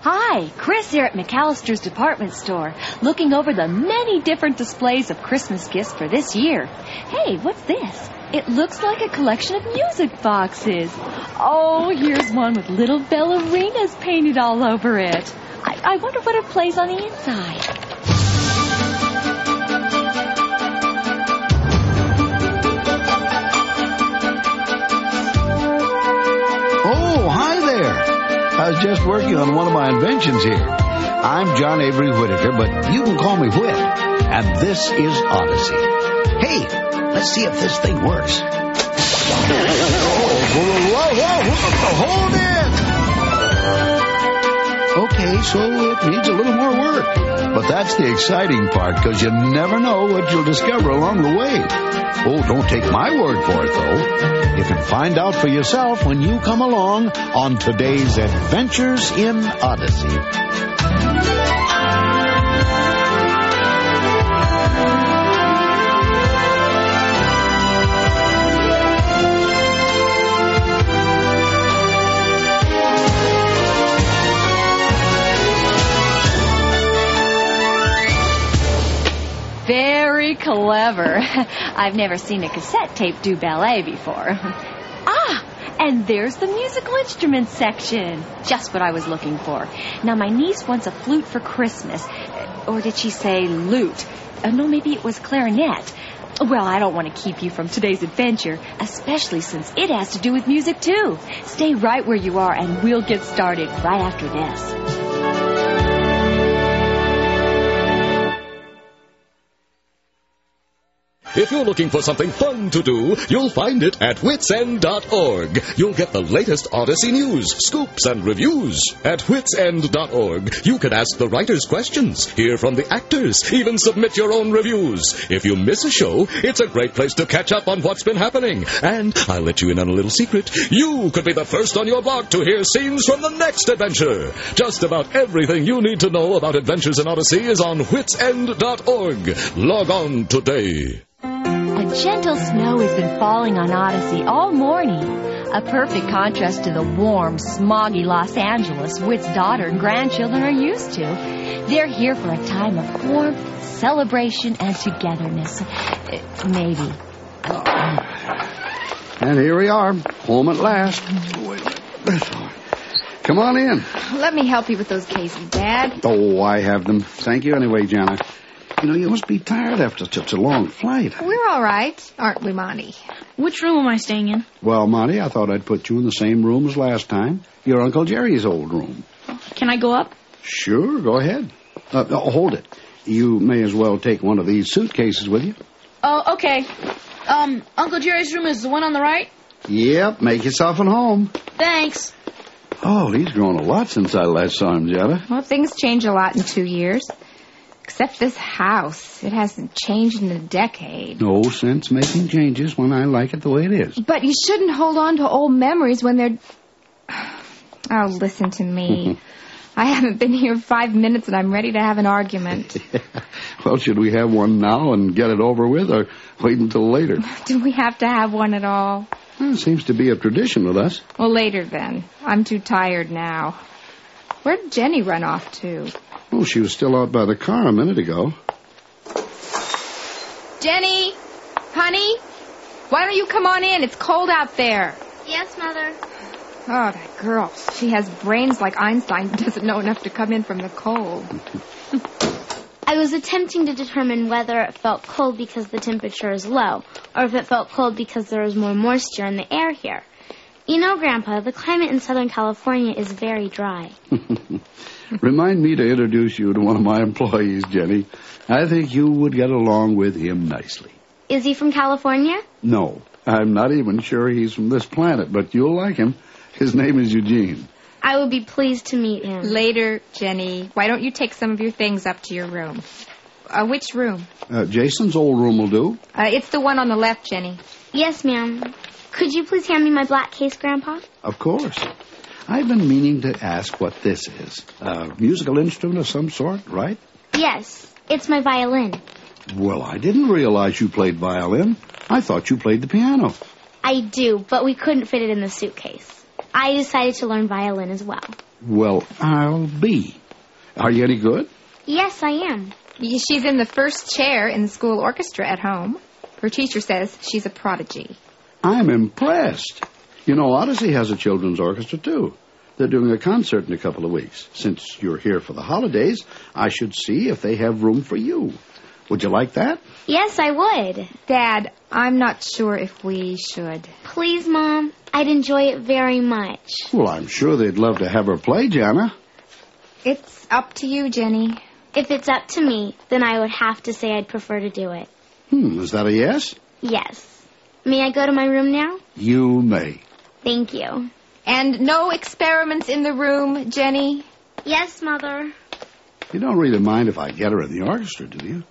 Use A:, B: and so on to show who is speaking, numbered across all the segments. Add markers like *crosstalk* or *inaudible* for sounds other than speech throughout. A: Hi, Chris here at McAllister's department store, looking over the many different displays of Christmas gifts for this year. Hey, what's this? It looks like a collection of music boxes. Oh, here's one with little ballerinas painted all over it. I, I wonder what it plays on the inside.
B: Oh, hi there. I was just working on one of my inventions here. I'm John Avery Whitaker, but you can call me Whit. And this is Odyssey. Hey, let's see if this thing works. *laughs* Oh, whoa, whoa, whoa, whoa, hold it! Okay, so it needs a little more work. But that's the exciting part, because you never know what you'll discover along the way. Oh, don't take my word for it, though. You can find out for yourself when you come along on today's Adventures in Odyssey.
A: Very clever. *laughs* I've never seen a cassette tape do ballet before. *laughs* ah, and there's the musical instruments section. Just what I was looking for. Now, my niece wants a flute for Christmas. Uh, Or did she say lute? Uh, no, maybe it was clarinet. Well, I don't want to keep you from today's adventure, especially since it has to do with music too. Stay right where you are and we'll get started right after this.
C: If you're looking for something fun to do, you'll find it at witsend.org. You'll get the latest Odyssey news, scoops, and reviews. At witsend.org, you can ask the writers questions, hear from the actors, even submit your own reviews. If you miss a show, it's a great place to catch up on what's been happening. And I'll let you in on a little secret. You could be the first on your block to hear scenes from the next adventure. Just about everything you need to know about Adventures in Odyssey is on witsend.org. Log on today.
A: A gentle snow has been falling on Odyssey all morning, a perfect contrast to the warm, smoggy Los Angeles Witt's daughter and grandchildren are used to. They're here for a time of warmth, celebration, and togetherness. Uh, Maybe.
B: And here we are, home at last. Oh, Wait a minute. Come on in.
D: Let me help you with those cases, Dad.
B: Oh, I have them. Thank you anyway, Jana. You know, you must be tired after such a long flight.
D: We're all right, aren't we, Monty?
E: Which room am I staying in?
B: Well, Monty, I thought I'd put you in the same room as last time. Your Uncle Jerry's old room.
E: Can I go up?
B: Sure, go ahead. Uh, no, hold it. You may as well take one of these suitcases with you.
E: Oh, okay. Um, Uncle Jerry's room is the one on the right?
B: Yep, make yourself at home.
E: Thanks.
B: Oh, he's grown a lot since I last saw him, Jetta.
D: Well, things change a lot in two years. Except this house. It hasn't changed in a decade.
B: No sense making changes when I like it the way it is.
D: But you shouldn't hold on to old memories when they're. *sighs* Oh, listen to me. I haven't been here five minutes and I'm ready to have an argument.
B: well, should we have one now and get it over with, or wait until later?
D: Do we have to have one at all?
B: Well, it seems to be a tradition with us.
D: Well, later then. I'm too tired now. Where'd Jenny run off to?
B: Oh, she was still out by the car a minute ago.
D: Jenny, honey, why don't you come on in? It's cold out there.
F: Yes, Mother.
D: Oh, that girl. She has brains like Einstein, but *laughs* doesn't know enough to come in from the cold.
F: I was attempting to determine whether it felt cold because the temperature is low, or if it felt cold because there is more moisture in the air here. You know, Grandpa, the climate in Southern California is very dry.
B: Remind me to introduce you to one of my employees, Jenny. I think you would get along with him nicely.
F: Is he from California?
B: No, I'm not even sure he's from this planet, but you'll like him. His name is Eugene.
F: I would be pleased to meet him.
D: Later, Jenny, why don't you take some of your things up to your room? Uh, which room?
B: Uh, Jason's old room will do.
D: Uh, it's the one on the left, Jenny.
F: Yes, ma'am. Could you please hand me my black case, Grandpa?
B: Of course. I've been meaning to ask what this is. A musical instrument of some sort, right?
F: Yes, it's my violin.
B: Well, I didn't realize you played violin. I thought you played the piano.
F: I do, but we couldn't fit it in the suitcase. I decided to learn violin as well.
B: Well, I'll be. Are you any good?
F: Yes, I am.
D: She's in the first chair in the school orchestra at home. Her teacher says she's a prodigy.
B: I'm impressed. You know, Odyssey has a children's orchestra, too. They're doing a concert in a couple of weeks. Since you're here for the holidays, I should see if they have room for you. Would you like that?
F: Yes, I would.
D: Dad, I'm not sure if we should.
F: Please, Mom. I'd enjoy it very much.
B: Well, I'm sure they'd love to have her play, Jana.
D: It's up to you, Jenny.
F: If it's up to me, then I would have to say I'd prefer to do it.
B: Hmm, is that a yes?
F: Yes. May I go to my room now?
B: You may.
F: Thank you.
D: And no experiments in the room, Jenny.
F: Yes, Mother.
B: You don't really mind if I get her in the orchestra, do you?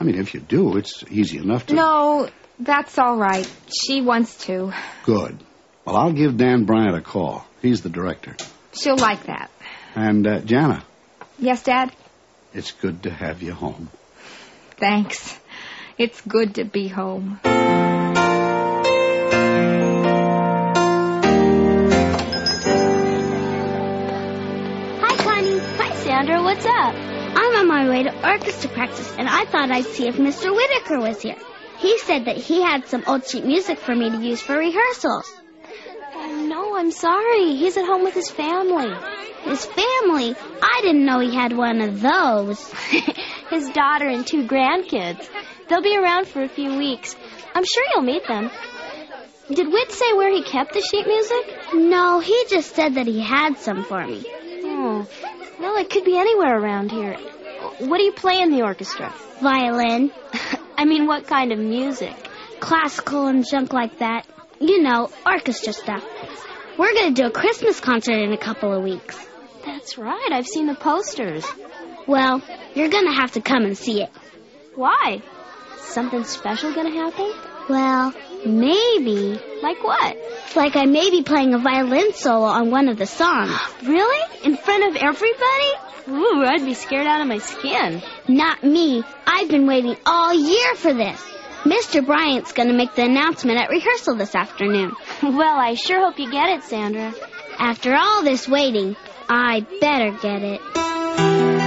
B: I mean, if you do, it's easy enough to.
D: No, that's all right. She wants to.
B: Good. Well, I'll give Dan Bryant a call. He's the director.
D: She'll like that.
B: And, uh, Jana,
D: Yes, Dad?
B: it's good to have you home.
D: Thanks. It's good to be home.
F: Hi, Connie. Hi, Sandra. What's up? I'm on my way to orchestra practice, and I thought I'd see if Mr. Whitaker was here. He said that he had some old sheet music for me to use for rehearsals. Oh, no, I'm sorry. He's at home with his family. His family? I didn't know he had one of those. *laughs* his daughter and two grandkids. They'll be around for a few weeks. I'm sure you'll meet them. Did Whit say where he kept the sheet music? No, he just said that he had some for me. Oh, well, it could be anywhere around here. What do you play in the orchestra? Violin. *laughs* I mean, what kind of music? Classical and junk like that. You know, orchestra stuff. We're going to do a Christmas concert in a couple of weeks. That's right. I've seen the posters. Well, you're going to have to come and see it. Why? Something special going to happen? Well, maybe. Like what? Like I may be playing a violin solo on one of the songs. *gasps* really? In front of everybody? Ooh, I'd be scared out of my skin. Not me. I've been waiting all year for this. Mr. Bryant's going to make the announcement at rehearsal this afternoon. *laughs* well, I sure hope you get it, Sandra. After all this waiting, I better get it.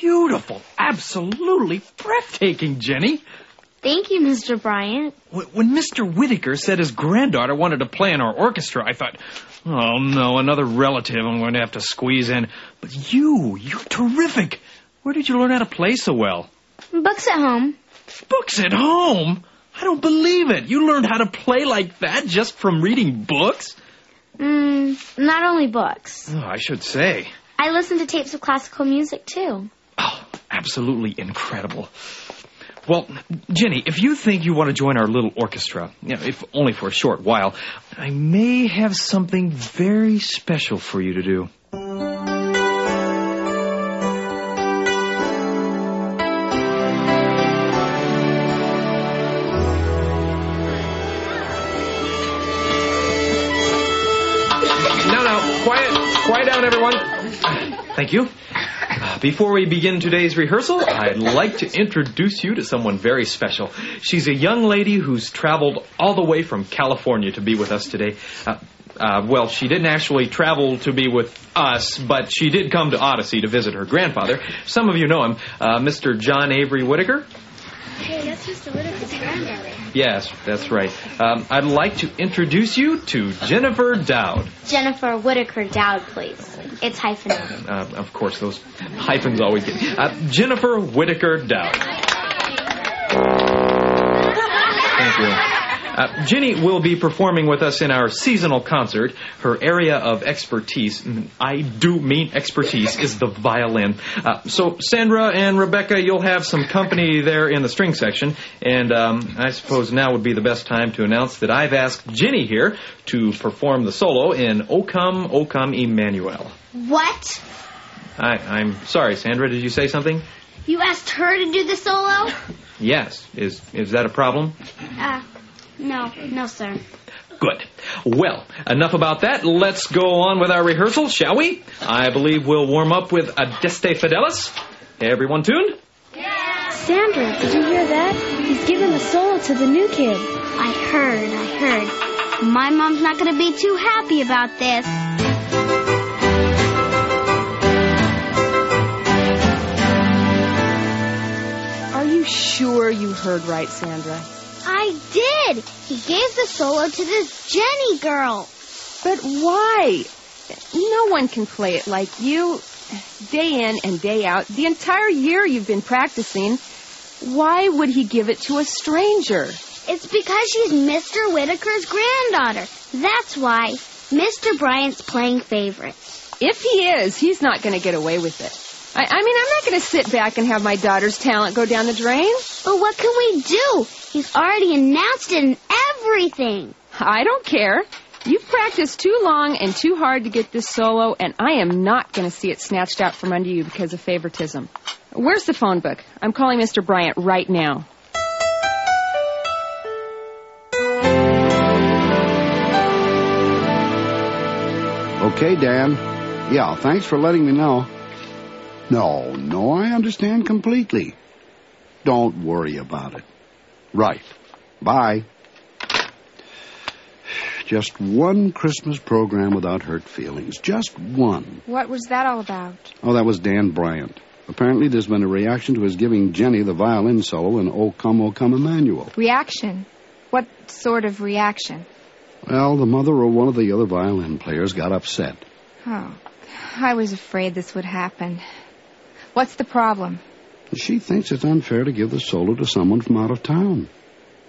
G: Beautiful. Absolutely breathtaking, Jenny.
F: Thank you, Mr. Bryant.
G: Wh- When Mr. Whitaker said his granddaughter wanted to play in our orchestra, I thought, oh no, another relative I'm going to have to squeeze in. But you, you're terrific. Where did you learn how to play so well?
F: Books at home.
G: Books at home? I don't believe it. You learned how to play like that just from reading books?
F: Mm, not only books.
G: Oh, I should say.
F: I listen to tapes of classical music too.
G: Oh, absolutely incredible. Well, Jenny, if you think you want to join our little orchestra, you know, if only for a short while, I may have something very special for you to do. No, no, quiet, quiet down, everyone. Thank you. Uh, Before we begin today's rehearsal, I'd like to introduce you to someone very special. She's a young lady who's traveled all the way from California to be with us today. Uh, uh, well, she didn't actually travel to be with us, but she did come to Odyssey to visit her grandfather. Some of you know him, uh, Mr. John Avery Whitaker.
F: Hey, that's Mr. Whitaker's granddaughter.
G: Yes, that's right. Um, I'd like to introduce you to Jennifer Dowd.
F: Jennifer Whitaker Dowd, please. It's hyphenated.
G: Uh, of course, those hyphens always get. Uh, Jennifer Whitaker Dowd. Thank you. Uh, Ginny will be performing with us in our seasonal concert. Her area of expertise, mm, I do mean expertise, is the violin. Uh, so, Sandra and Rebecca, you'll have some company there in the string section. And um, I suppose now would be the best time to announce that I've asked Ginny here to perform the solo in O Come, O Come Emmanuel.
F: What?
G: I, I'm sorry, Sandra. Did you say something?
F: You asked her to do the solo?
G: Yes. Is is that a problem?
F: Uh, no, no, sir.
G: Good. Well, enough about that. Let's go on with our rehearsal, shall we? I believe we'll warm up with Adeste Fidelis. Everyone tuned?
H: Sandra, did you hear that? He's giving the solo to the new kid.
F: I heard, I heard. My mom's not going to be too happy about this.
I: Are you sure you heard right, Sandra?
F: I did! He gave the solo to this Jenny girl.
I: But why? No one can play it like you. Day in and day out, the entire year you've been practicing. Why would he give it to a stranger?
F: It's because she's Mr. Whitaker's granddaughter. That's why Mr. Bryant's playing favorites.
I: If he is, he's not going to get away with it. I, I mean, I'm not going to sit back and have my daughter's talent go down the drain.
F: But what can we do? He's already announced it and everything.
I: I don't care. You've practiced too long and too hard to get this solo, and I am not going to see it snatched out from under you because of favoritism. Where's the phone book? I'm calling Mr. Bryant right now.
B: Okay, Dan. Yeah, thanks for letting me know. No, no, I understand completely. Don't worry about it. Right. Bye. Just one Christmas program without hurt feelings. Just one.
D: What was that all about?
B: Oh, that was Dan Bryant. Apparently, there's been a reaction to his giving Jenny the violin solo in O Come, O Come Emmanuel.
D: Reaction. What sort of reaction?
B: Well, the mother or one of the other violin players got upset.
D: Oh, I was afraid this would happen. What's the problem?
B: She thinks it's unfair to give the solo to someone from out of town.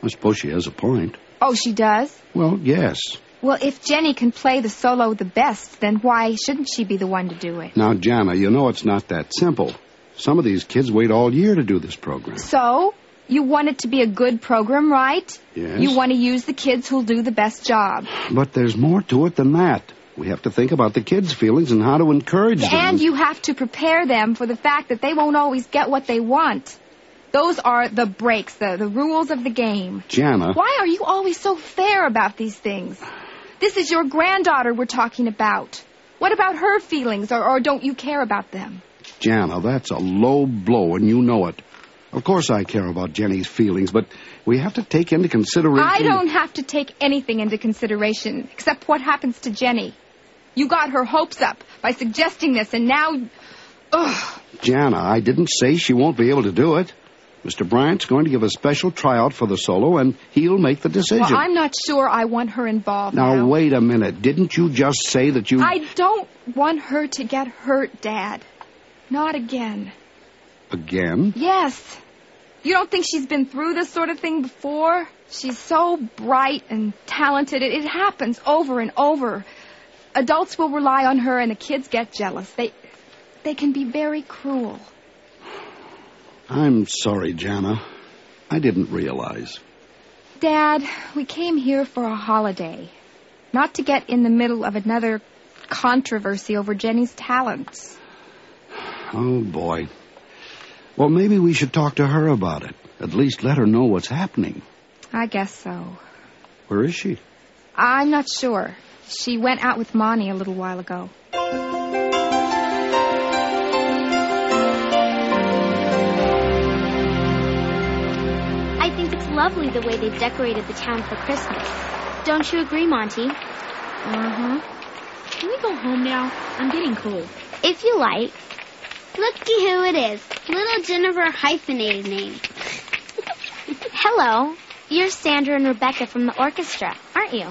B: I suppose she has a point.
D: Oh, she does?
B: Well, yes.
D: Well, if Jenny can play the solo the best, then why shouldn't she be the one to do it?
B: Now, Jana, you know it's not that simple. Some of these kids wait all year to do this program.
D: So, you want it to be a good program, right?
B: Yes.
D: You want to use the kids who'll do the best job.
B: But there's more to it than that. We have to think about the kids' feelings and how to encourage them.
D: And you have to prepare them for the fact that they won't always get what they want. Those are the breaks, the, the rules of the game.
B: Jana.
D: Why are you always so fair about these things? This is your granddaughter we're talking about. What about her feelings, or, or don't you care about them?
B: Jana, that's a low blow, and you know it. Of course I care about Jenny's feelings, but we have to take into consideration.
D: I don't have to take anything into consideration except what happens to Jenny. You got her hopes up by suggesting this, and now. Ugh.
B: Jana, I didn't say she won't be able to do it. Mr. Bryant's going to give a special tryout for the solo, and he'll make the decision.
D: Well, I'm not sure I want her involved.
B: Now, wait a minute. Didn't you just say that you.
D: I don't want her to get hurt, Dad. Not again.
B: Again?
D: Yes. You don't think she's been through this sort of thing before? She's so bright and talented. It, it happens over and over. Adults will rely on her and the kids get jealous. They they can be very cruel.
B: I'm sorry, Jana. I didn't realize.
D: Dad, we came here for a holiday, not to get in the middle of another controversy over Jenny's talents.
B: Oh, boy. Well, maybe we should talk to her about it. At least let her know what's happening.
D: I guess so.
B: Where is she?
D: I'm not sure. She went out with Monty a little while ago.
F: I think it's lovely the way they decorated the town for Christmas. Don't you agree, Monty?
E: Uh huh. Can we go home now? I'm getting cold.
F: If you like. Looky who it is. Little Jennifer hyphenated name. Hello. You're Sandra and Rebecca from the orchestra, aren't you?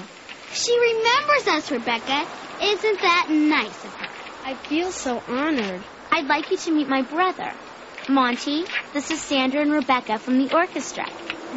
F: She remembers us, Rebecca. Isn't that nice of her?
H: I feel so honored.
F: I'd like you to meet my brother. Monty, this is Sandra and Rebecca from the orchestra.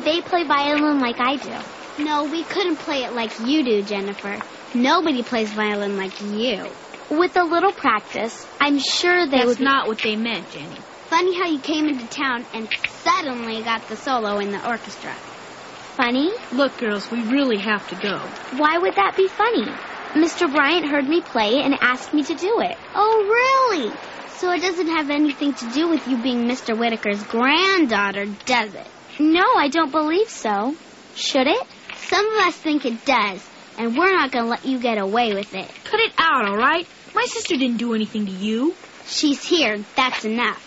F: They play violin like I do. No, we couldn't play it like you do, Jennifer. Nobody plays violin like you. With a little practice, I'm sure they would
E: That's
F: be-
E: not what they meant, Jenny.
F: Funny how you came into town and suddenly got the solo in the orchestra. Funny?
E: Look, girls, we really have to go.
F: Why would that be funny? Mr. Bryant heard me play and asked me to do it. Oh, really? So it doesn't have anything to do with you being Mr. Whitaker's granddaughter, does it? No, I don't believe so. Should it? Some of us think it does, and we're not going to let you get away with it.
E: Cut it out, all right? My sister didn't do anything to you.
F: She's here. That's enough.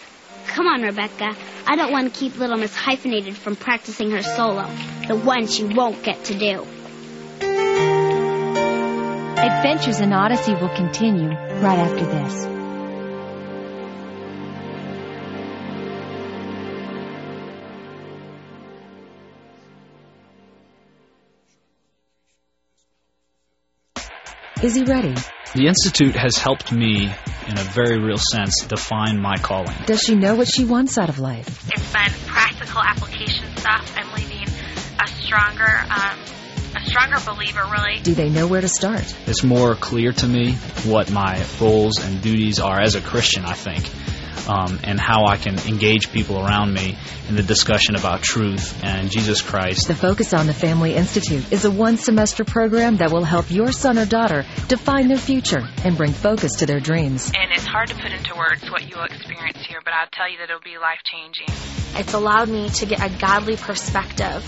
F: Come on, Rebecca. I don't want to keep little Miss Hyphenated from practicing her solo, the one she won't get to do.
A: Adventures in Odyssey will continue right after this.
J: Is he ready?
K: The Institute has helped me, in a very real sense, define my calling.
J: Does she know what she wants out of life?
L: It's been practical application stuff. I'm leaving a stronger, um, a stronger believer, really.
J: Do they know where to start?
K: It's more clear to me what my roles and duties are as a Christian, I think, um, and how I can engage people around me in the discussion about truth and Jesus Christ.
J: The Focus on the Family Institute is a one semester program that will help your son or daughter define their future and bring focus to their dreams.
L: And it's hard to put into words what you'll experience here, but I'll tell you that it'll be life changing.
M: It's allowed me to get a godly perspective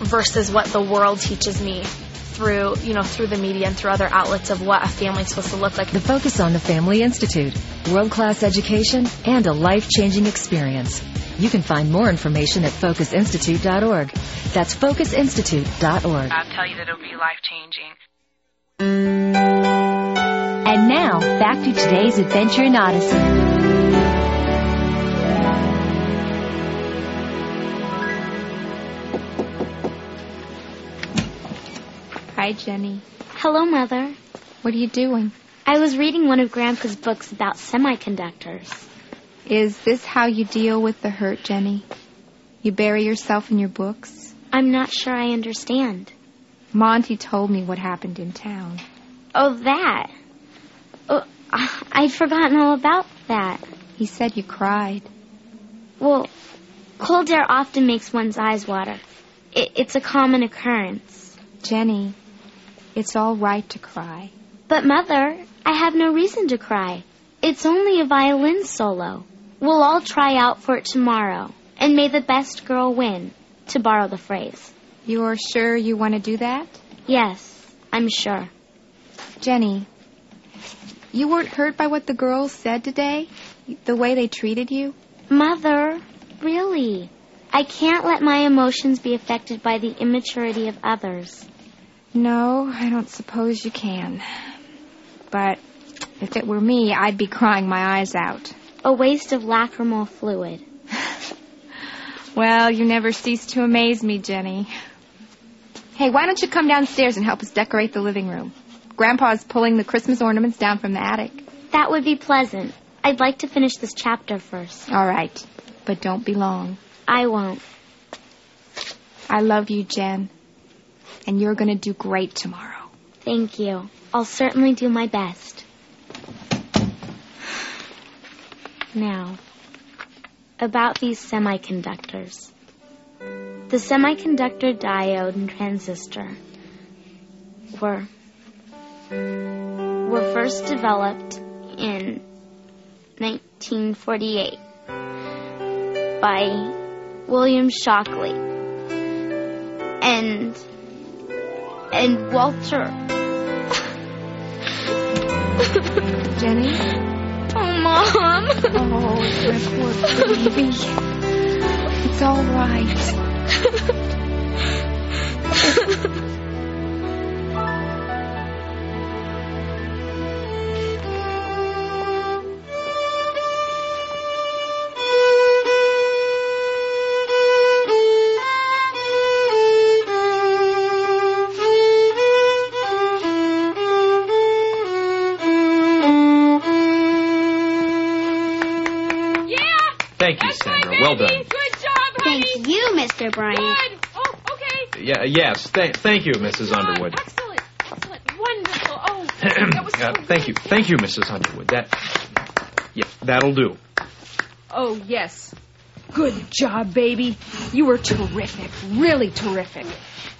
M: versus what the world teaches me through, you know, through the media and through other outlets of what a family's supposed to look like.
J: The Focus on the Family Institute, world class education, and a life changing experience. You can find more information at focusinstitute.org. That's focusinstitute.org.
L: I'll tell you that it'll be life changing.
A: And now, back to today's adventure in Odyssey.
D: Hi, Jenny.
F: Hello, Mother.
D: What are you doing?
F: I was reading one of Grandpa's books about semiconductors.
D: Is this how you deal with the hurt, Jenny? You bury yourself in your books?
F: I'm not sure I understand.
D: Monty told me what happened in town.
F: Oh, that. Oh, I'd forgotten all about that.
D: He said you cried.
F: Well, cold air often makes one's eyes water. It, it's a common occurrence.
D: Jenny, it's all right to cry.
F: But, Mother, I have no reason to cry. It's only a violin solo. We'll all try out for it tomorrow, and may the best girl win, to borrow the phrase.
D: You're sure you want to do that?
F: Yes, I'm sure.
D: Jenny, you weren't hurt by what the girls said today? The way they treated you?
F: Mother, really? I can't let my emotions be affected by the immaturity of others.
D: No, I don't suppose you can. But if it were me, I'd be crying my eyes out. *laughs*
F: A waste of lacrimal fluid.
D: well, you never cease to amaze me, Jenny. Hey, why don't you come downstairs and help us decorate the living room? Grandpa's pulling the Christmas ornaments down from the attic.
F: That would be pleasant. I'd like to finish this chapter first.
D: All right, but don't be long.
F: I won't.
D: I love you, Jen and you're going to do great tomorrow.
F: Thank you. I'll certainly do my best. Now, about these semiconductors. The semiconductor diode and transistor were were first developed in 1948 by William Shockley and and Walter.
D: Jenny?
F: Oh, Mom.
D: Oh, it's my poor baby. It's all right.
G: Thank you, Sandra. Well done.
E: Good job, honey.
F: Thank you, Mr. Bryant.
E: Good. Oh, okay.
G: Yeah, yes. Thank, thank you, Mrs.
E: Good.
G: Underwood.
E: Excellent. Excellent. Wonderful.
G: *clears throat*
E: Oh, that
G: *coughs*
E: was so
G: Uh, thank you,
E: good.
G: thank you, Mrs. Underwood. That, yeah, that'll do.
E: Oh, yes. Good job, baby. You were terrific. Really terrific.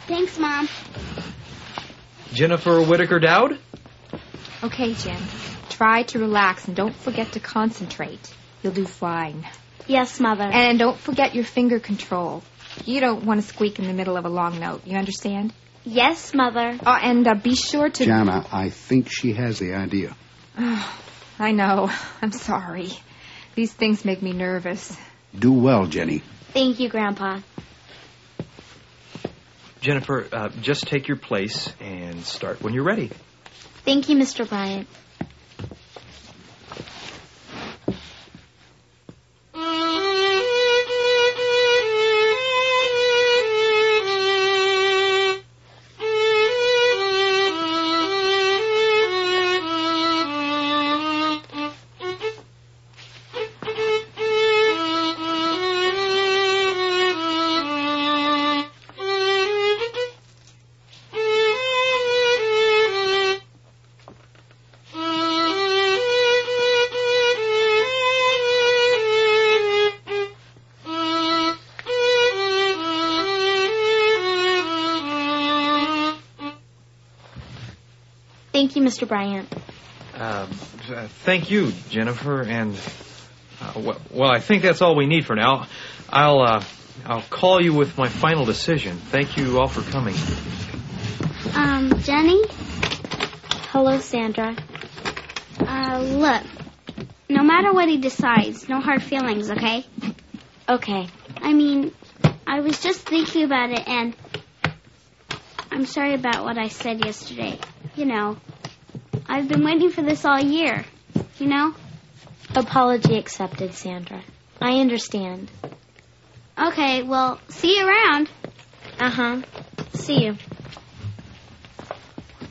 F: Thanks, Mom.
G: Jennifer Whitaker Dowd.
D: okay, Jen. Try to relax and don't forget to concentrate. You'll do fine.
F: Yes, Mother.
D: And don't forget your finger control. You don't want to squeak in the middle of a long note. You understand?
F: Yes, Mother.
D: Oh, and uh, be sure to.
B: Jana, I think she has the idea.
D: Oh, I know. *laughs* I'm sorry. These things make me nervous.
B: Do well, Jenny.
F: Thank you, Grandpa.
G: Jennifer, uh, just take your place and start when you're ready.
F: Thank you, Mr. Bryant. Thank you, Mr. Bryant.
G: Um, uh, thank you, Jennifer, and uh, well, well, I think that's all we need for now. I'll uh, I'll call you with my final decision. Thank you all for coming.
F: Um, Jenny? Hello, Sandra. Uh, look. No matter what he decides, no hard feelings, okay? Okay. I mean, I was just thinking about it and I'm sorry about what I said yesterday. You know, I've been waiting for this all year. You know? Apology accepted, Sandra. I understand. Okay, well, see you around. Uh huh. See you.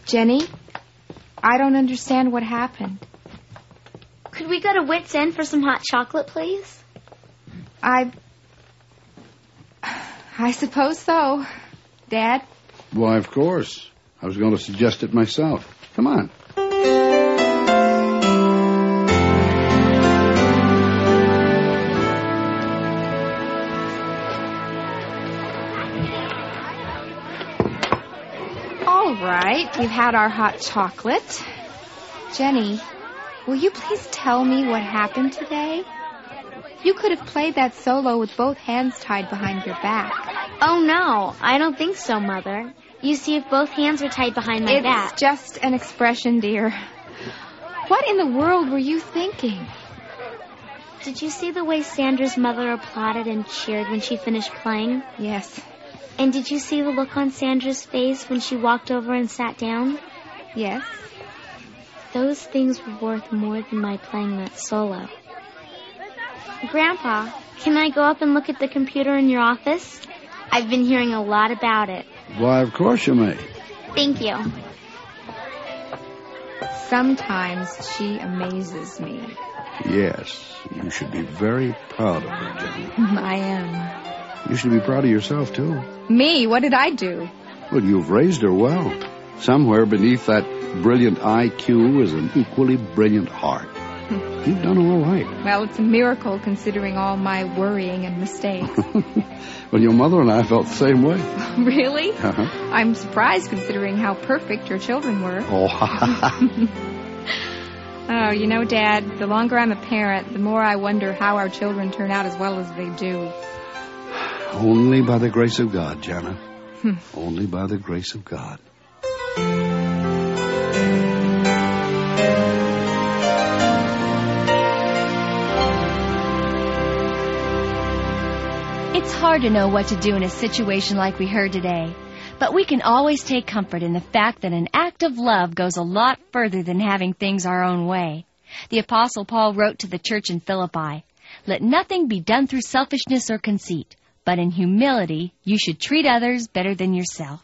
D: Jenny, I don't understand what happened.
F: Could we go to Wits End for some hot chocolate, please?
D: I. I suppose so. Dad?
B: Why, of course. I was going to suggest it myself. Come on.
D: All right, we've had our hot chocolate. Jenny, will you please tell me what happened today? You could have played that solo with both hands tied behind your back.
F: Oh, no. I don't think so, Mother. You see, if both hands were tied behind my
D: it's
F: back.
D: just an expression, dear. What in the world were you thinking?
F: Did you see the way Sandra's mother applauded and cheered when she finished playing?
D: Yes.
F: And did you see the look on Sandra's face when she walked over and sat down?
D: Yes.
F: Those things were worth more than my playing that solo. Grandpa, can I go up and look at the computer in your office? I've been hearing a lot about it.
B: Why, of course you may.
F: Thank you.
D: Sometimes she amazes me.
B: Yes, you should be very proud of her, Jenny.
D: I am.
B: You should be proud of yourself, too.
D: Me, what did I do?
B: Well, you've raised her well. Somewhere beneath that brilliant IQ is an equally brilliant heart. You've done all right. *laughs*
D: Well, it's a miracle considering all my worrying and mistakes.
B: Well, your mother and I felt the same way.
D: really?
B: Uh-huh.
D: I'm surprised considering how perfect your children were.
B: Oh, *laughs*
D: Oh, you know, Dad, the longer I'm a parent, the more I wonder how our children turn out as well as they do.
B: only by the grace of God, Jana. Only by the grace of God.
A: It's hard to know what to do in a situation like we heard today, but we can always take comfort in the fact that an act of love goes a lot further than having things our own way. The Apostle Paul wrote to the church in Philippi Let nothing be done through selfishness or conceit, but in humility you should treat others better than yourself.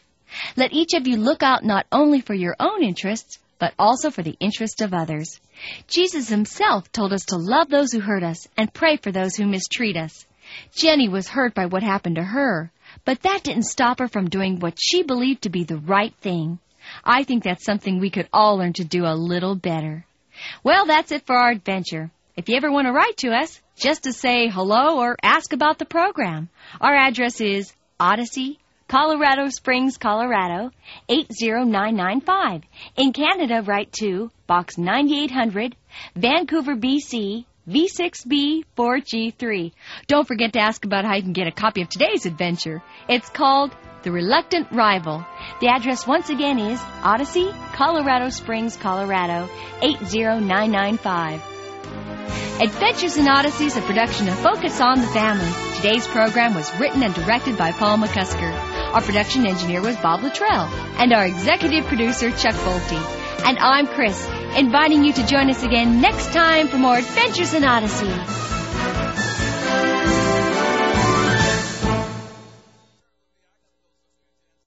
A: Let each of you look out not only for your own interests, but also for the interest of others. Jesus himself told us to love those who hurt us and pray for those who mistreat us. Jenny was hurt by what happened to her, but that didn't stop her from doing what she believed to be the right thing. I think that's something we could all learn to do a little better. Well, that's it for our adventure. If you ever want to write to us, just to say hello or ask about the program. Our address is Odyssey, Colorado Springs, Colorado 80995. In Canada, write to Box 9800, Vancouver, BC V6B4G3. Don't forget to ask about how you can get a copy of today's adventure. It's called The Reluctant Rival. The address once again is Odyssey, Colorado Springs, Colorado 80995. Adventures in Odyssey is a production of Focus on the Family. Today's program was written and directed by Paul McCusker. Our production engineer was Bob Luttrell, and our executive producer, Chuck Bolte. And I'm Chris, inviting you to join us again next time for more Adventures in Odyssey.